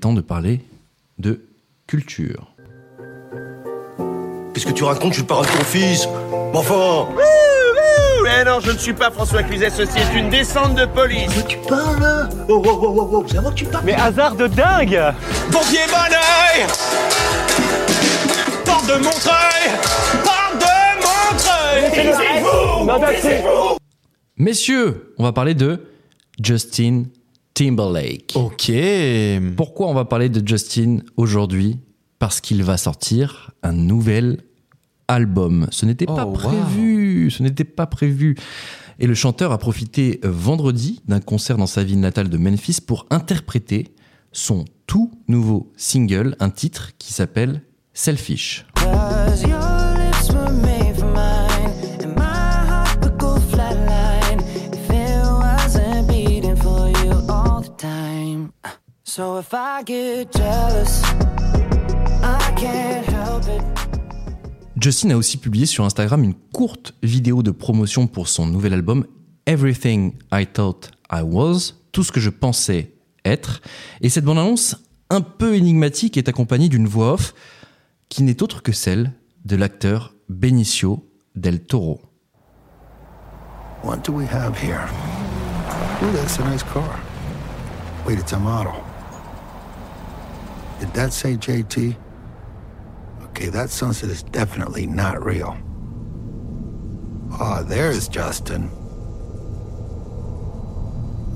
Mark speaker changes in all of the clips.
Speaker 1: temps de parler de culture.
Speaker 2: Qu'est-ce que tu racontes Je suis le parrain de ton fils Mais enfin
Speaker 3: Eh non, je ne suis pas François Cluzet, ceci est une descente de police.
Speaker 2: Mais tu parles là Oh, oh, oh, oh, oh, c'est à moi que tu parles
Speaker 4: Mais hasard de dingue
Speaker 3: Pompier Bonneuil Porte de Montreuil Porte de Montreuil
Speaker 4: Non, non, c'est-
Speaker 1: Messieurs, on va parler de Justin Timberlake.
Speaker 5: Ok.
Speaker 1: Pourquoi on va parler de Justin aujourd'hui Parce qu'il va sortir un nouvel album. Ce n'était pas
Speaker 5: Oh, wow.
Speaker 1: prévu. Ce n'était pas prévu. Et le chanteur a profité euh, vendredi d'un concert dans sa ville natale de Memphis pour interpréter son tout nouveau single, un titre qui s'appelle Selfish.
Speaker 6: Cause your lips were made for mine, and my heart would go flatline if it wasn't beating for you all the time. Uh, So if I get jealous, I can't help it.
Speaker 1: Justin a aussi publié sur Instagram une courte vidéo de promotion pour son nouvel album Everything I Thought I Was, tout ce que je pensais être. Et cette bande-annonce un peu énigmatique est accompagnée d'une voix off qui n'est autre que celle de l'acteur Benicio del Toro.
Speaker 7: What do we have here? Ooh, that's a nice car. Wait, it's a model. Did that say JT? Okay, that sunset is definitely not real. Ah, there's Justin.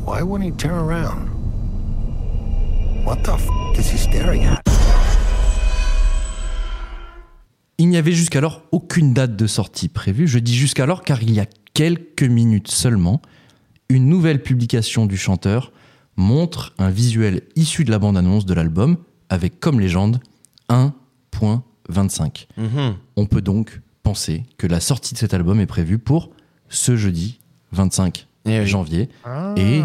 Speaker 7: Why wouldn't he turn around? What the f is he staring at?
Speaker 1: Il n'y avait jusqu'alors aucune date de sortie prévue. Je dis jusqu'alors car il y a quelques minutes seulement, une nouvelle publication du chanteur montre un visuel issu de la bande-annonce de l'album avec comme légende 1.25. On peut donc penser que la sortie de cet album est prévue pour ce jeudi 25
Speaker 5: Eh oui.
Speaker 1: janvier et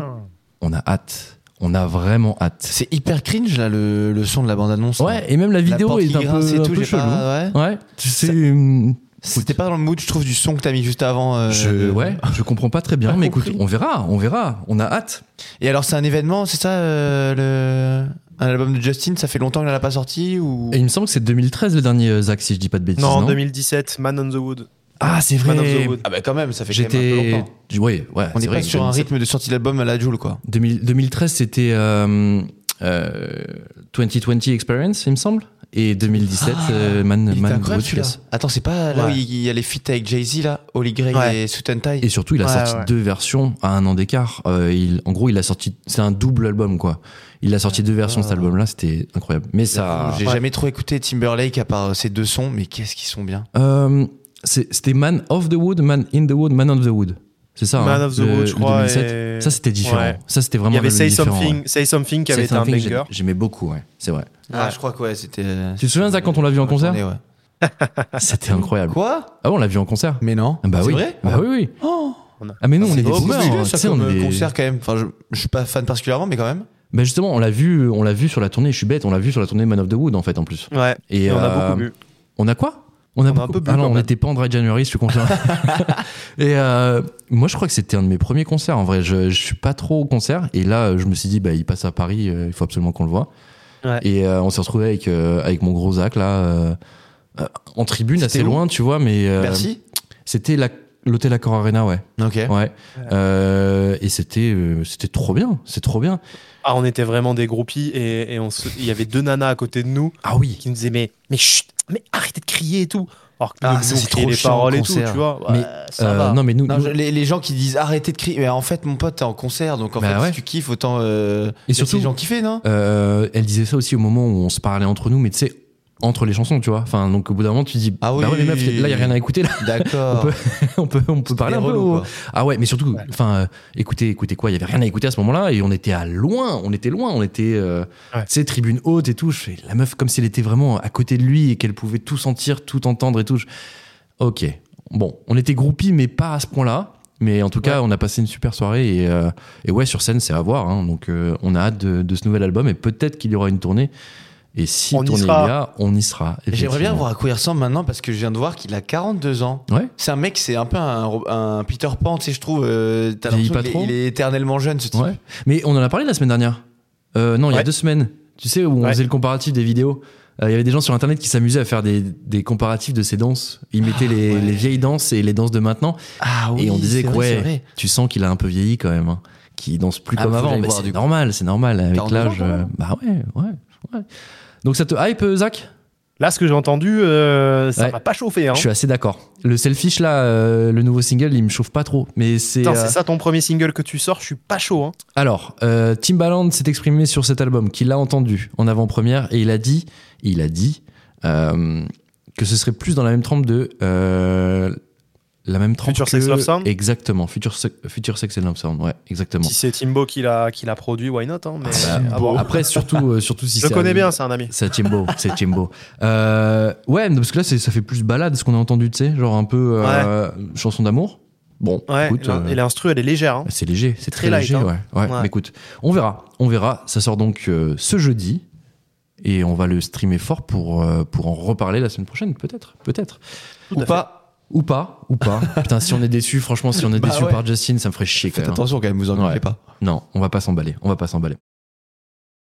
Speaker 1: on a hâte, on a vraiment hâte.
Speaker 5: C'est hyper cringe là le, le son de la bande annonce.
Speaker 1: Ouais, et même la vidéo
Speaker 5: porte qui
Speaker 1: est un
Speaker 5: grince
Speaker 1: peu,
Speaker 5: et
Speaker 1: un
Speaker 5: tout,
Speaker 1: peu
Speaker 5: j'ai
Speaker 1: chelou.
Speaker 5: pas- ouais.
Speaker 1: Ouais, c'est
Speaker 5: C'était pas dans le mood, je trouve, du son que t'as mis juste avant. euh,
Speaker 1: Je, ouais, je comprends pas très bien,
Speaker 5: Pas
Speaker 1: mais
Speaker 5: compris.
Speaker 1: écoute, on verra, on verra, on a hâte.
Speaker 5: Et alors, c'est un événement, c'est ça euh, le... Un album de Justin, ça fait longtemps qu'il n'a pas sorti ou...
Speaker 1: Et il me semble que c'est 2013 le dernier euh, Zach, si je dis pas de bêtises. Non,
Speaker 8: Non, 2017, Man on the Wood.
Speaker 1: Ah, c'est
Speaker 8: Man on
Speaker 1: vrai.
Speaker 8: the Wood.
Speaker 5: Ah bah quand même, ça fait quand même un peu
Speaker 1: J'étais.
Speaker 5: longtemps.
Speaker 1: Ouais, ouais,
Speaker 5: On
Speaker 1: c'est
Speaker 5: est
Speaker 1: vrai.
Speaker 5: pas sur un rythme de sortie d'album à la Joule quoi.
Speaker 1: 2000 2013, c'était euh, euh, 2020 Experience, il me semble. Et 2017,
Speaker 5: Ah,
Speaker 1: euh, Man,
Speaker 5: Il était
Speaker 1: Man
Speaker 5: incroyable
Speaker 1: Goes
Speaker 5: celui-là.
Speaker 1: Yes.
Speaker 5: Attends, c'est pas là
Speaker 8: Ouais.
Speaker 5: où il il y a les feats avec Jay-Z là, Holy Grail
Speaker 8: Ouais.
Speaker 5: et Sutentai.
Speaker 1: Et surtout, il a
Speaker 8: Ouais,
Speaker 1: sorti
Speaker 8: ouais.
Speaker 1: deux versions à un an d'écart. Euh, il, en gros, il a sorti. C'est un double album, quoi. Il a sorti deux versions de
Speaker 5: Ah.
Speaker 1: cet album-là, c'était incroyable. Mais ça.
Speaker 5: J'ai jamais trop écouté Timberlake à part euh, ces deux sons, mais qu'est-ce qu'ils sont bien.
Speaker 1: Euh, c'est- c'était Man of the Wood, Man in the Wood, Man of the Wood. C'est ça.
Speaker 8: Man
Speaker 1: hein,
Speaker 8: of the
Speaker 1: le-
Speaker 8: Wood, je
Speaker 1: le
Speaker 8: crois,
Speaker 1: 2007.
Speaker 8: et-
Speaker 1: Ça, c'était différent.
Speaker 8: Ouais.
Speaker 1: Ça, c'était vraiment.
Speaker 8: Il y avait
Speaker 1: un
Speaker 8: Say
Speaker 1: album différent,
Speaker 8: Something,
Speaker 1: ouais.
Speaker 8: Say Something qui avait
Speaker 1: Say
Speaker 8: été un
Speaker 1: Something, j'ai-
Speaker 8: banger.
Speaker 1: J'aimais beaucoup, ouais. C'est vrai.
Speaker 5: Ah, je crois que ouais, c'était.
Speaker 1: Tu te souviens de ça quand on l'a vu en concert
Speaker 8: Ah,
Speaker 5: Attendez, ouais.
Speaker 1: C'était incroyable.
Speaker 5: Quoi
Speaker 1: Ah bon, on l'a vu en concert
Speaker 5: Mais non.
Speaker 1: Ah Bah
Speaker 5: C'est
Speaker 1: oui.
Speaker 5: vrai
Speaker 1: bah oui, oui.
Speaker 8: Oh, On a-
Speaker 1: Ah mais nous on est
Speaker 5: C'est
Speaker 1: des
Speaker 5: beau,
Speaker 1: boomers,
Speaker 5: c'est
Speaker 1: tu
Speaker 5: ça
Speaker 1: sais,
Speaker 5: comme
Speaker 1: on est
Speaker 5: euh,
Speaker 1: des-
Speaker 5: concert quand même. Enfin, je, je suis pas fan particulièrement, mais quand même.
Speaker 1: Bah justement, on l'a vu, on l'a vu sur la tournée. Je suis bête, on l'a vu sur la tournée Man of the Wood en fait en plus.
Speaker 8: Ouais.
Speaker 1: Et,
Speaker 8: Et, on
Speaker 1: euh,
Speaker 8: a beaucoup bu.
Speaker 1: On a quoi on a,
Speaker 8: On a un
Speaker 1: beaucoup-
Speaker 8: peu bu,
Speaker 1: Ah non,
Speaker 8: quand
Speaker 1: on
Speaker 8: même.
Speaker 1: était pas en Dry January, je suis confiant. et euh, moi, je crois que c'était un de mes premiers concerts. En vrai, je, je suis pas trop au concert. Et là, je me suis dit, bah, il passe à Paris, euh, il faut absolument qu'on le voit.
Speaker 8: Ouais.
Speaker 1: Et euh, on s'est retrouvé avec euh, avec mon gros Zach là, euh, euh, en tribune,
Speaker 5: C'était
Speaker 1: assez
Speaker 5: où
Speaker 1: loin, tu vois. Mais euh,
Speaker 5: Merci.
Speaker 1: c'était la- l'hôtel Accor Arena, ouais.
Speaker 5: Ok.
Speaker 1: Ouais. Euh, et c'était euh, c'était trop bien, c'est trop bien.
Speaker 8: Ah, on était vraiment des groupies et, et on se- il y avait deux nanas à côté de nous
Speaker 1: Ah oui.
Speaker 8: qui nous disaient mais mais chut, mais arrêtez de crier et tout. Alors que
Speaker 5: Ah,
Speaker 8: nous,
Speaker 5: ça,
Speaker 8: on
Speaker 5: c'est
Speaker 8: criait
Speaker 5: trop
Speaker 8: les
Speaker 5: chiant,
Speaker 8: paroles
Speaker 5: le
Speaker 8: et tout, tu
Speaker 5: concert.
Speaker 8: vois. Ouais,
Speaker 1: Mais,
Speaker 8: ça
Speaker 1: Euh,
Speaker 8: va.
Speaker 1: non mais nous,
Speaker 5: Non,
Speaker 1: nous-
Speaker 5: je- les, les gens qui disent arrêtez de crier. Mais en fait, mon pote, t'es en concert, donc en
Speaker 1: Bah
Speaker 5: fait,
Speaker 1: ouais.
Speaker 5: si tu kiffes, autant. euh, laisser
Speaker 1: surtout-
Speaker 5: les gens kiffer, non
Speaker 1: Euh, elle disait ça aussi au moment où on se parlait entre nous, mais tu sais, entre les chansons, tu vois. Enfin, donc au bout d'un moment, tu te dis,
Speaker 5: Ah oui.
Speaker 1: bah ouais, mais meuf, là, il a rien à écouter, là, On
Speaker 5: D'accord.
Speaker 1: peut- on peut, on peut parler
Speaker 5: Des
Speaker 1: un peu.
Speaker 5: relous,
Speaker 1: ou-
Speaker 5: quoi.
Speaker 1: Ah ouais, mais surtout, enfin, euh, écoutez, écoutez quoi, il y avait rien à écouter à ce moment-là, et on était à loin, on était loin, on était, euh,
Speaker 8: Ouais.
Speaker 1: tu sais, tribune haute et tout. Je fais la meuf comme si elle était vraiment à côté de lui et qu'elle pouvait tout sentir, tout entendre et tout. Je- Ok, bon, on était groupis, mais pas à ce point-là. Mais en tout cas, on a passé une super soirée et, euh, et ouais, sur scène, c'est à voir. hein. donc, euh, on a hâte de, de ce nouvel album et peut-être qu'il y aura une tournée. Et si
Speaker 8: On y
Speaker 1: tournée il y
Speaker 8: sera.
Speaker 1: a, on y sera.
Speaker 5: J'aimerais bien
Speaker 1: effectivement.
Speaker 5: voir à quoi il ressemble maintenant parce que je viens de voir qu'il a 42 ans.
Speaker 1: Ouais.
Speaker 5: C'est un mec, c'est un peu un, Ro- un Peter Pan, tu sais, je trouve. euh, t'as
Speaker 1: Vieillit
Speaker 5: l'impression
Speaker 1: pas
Speaker 5: qu'il est-
Speaker 1: trop.
Speaker 5: il est éternellement jeune, ce type.
Speaker 1: Ouais. Mais on en a parlé la semaine dernière. Euh, non, il y a
Speaker 8: Ouais.
Speaker 1: deux semaines. Tu sais, où on
Speaker 8: Ouais.
Speaker 1: faisait le comparatif des vidéos. Euh, Il y avait des gens sur internet qui s'amusaient à faire des, des comparatifs de ces danses. Ils mettaient les, les vieilles danses et les danses de maintenant.
Speaker 5: Ah oui,
Speaker 1: et on disait
Speaker 5: c'est
Speaker 1: que
Speaker 5: vrai, c'est
Speaker 1: ouais,
Speaker 5: vrai.
Speaker 1: tu sens qu'il a un peu vieilli quand même. Hein. Qu'il danse plus
Speaker 5: Ah,
Speaker 1: comme
Speaker 5: faut que
Speaker 1: avant.
Speaker 5: j'aille
Speaker 1: Mais
Speaker 5: voir,
Speaker 1: c'est
Speaker 5: du coup.
Speaker 1: normal, c'est normal.
Speaker 5: T'as hein
Speaker 1: Avec
Speaker 5: envie de
Speaker 1: l'âge.
Speaker 5: voir, toi,
Speaker 1: euh, bah ouais, ouais, ouais. Donc ça te hype, euh, Zach
Speaker 8: Là, ce que j'ai entendu, euh, ça
Speaker 1: Ouais.
Speaker 8: m'a pas chauffé. Hein.
Speaker 1: Je suis assez d'accord. Le selfish là, euh, le nouveau single, il me chauffe pas trop. Mais c'est.
Speaker 8: Putain,
Speaker 1: euh,
Speaker 8: c'est ça ton premier single que tu sors, je suis pas chaud. Hein.
Speaker 1: Alors, euh, Timbaland s'est exprimé sur cet album, qu'il a entendu en avant-première, et il a dit, il a dit euh, que ce serait plus dans la même trempe de euh, la même trempe
Speaker 8: Future
Speaker 1: que-
Speaker 8: Sex Love Sound
Speaker 1: Exactement, Future, Se- Future Sex and Love Sound, ouais, exactement.
Speaker 8: Si c'est Timbo qui l'a qui l'a produit, why not hein, mais,
Speaker 1: Bah,
Speaker 8: Ah bon.
Speaker 1: Après, surtout, euh, surtout si
Speaker 8: Je
Speaker 1: c'est-
Speaker 8: connais bien, c'est un ami.
Speaker 1: C'est Timbo, c'est Timbo. Euh, ouais, mais parce que là, c'est- ça fait plus balade ce qu'on a entendu, tu sais, genre un peu euh, chanson d'amour. Bon,
Speaker 8: Ouais,
Speaker 1: écoute,
Speaker 8: l'in-
Speaker 1: euh,
Speaker 8: et l'instru, elle est légère. hein.
Speaker 1: c'est léger, c'est très,
Speaker 8: très light,
Speaker 1: léger.
Speaker 8: hein.
Speaker 1: ouais. Ouais,
Speaker 8: Ouais.
Speaker 1: mais écoute, on verra, on verra. Ça sort donc euh, ce jeudi et on va le streamer fort pour euh, pour en reparler la semaine prochaine, peut-être, peut-être.
Speaker 8: Tout à
Speaker 5: Ou
Speaker 8: fait.
Speaker 5: pas.
Speaker 1: Ou pas, ou pas. Putain, si on est déçu, franchement, si on est
Speaker 5: Bah
Speaker 1: déçu
Speaker 5: ouais.
Speaker 1: par Justin, ça me ferait chier. Quand
Speaker 5: Faites
Speaker 1: même.
Speaker 5: attention quand même, vous en
Speaker 1: Ouais.
Speaker 5: pas.
Speaker 1: Non, on va pas s'emballer, on va pas s'emballer.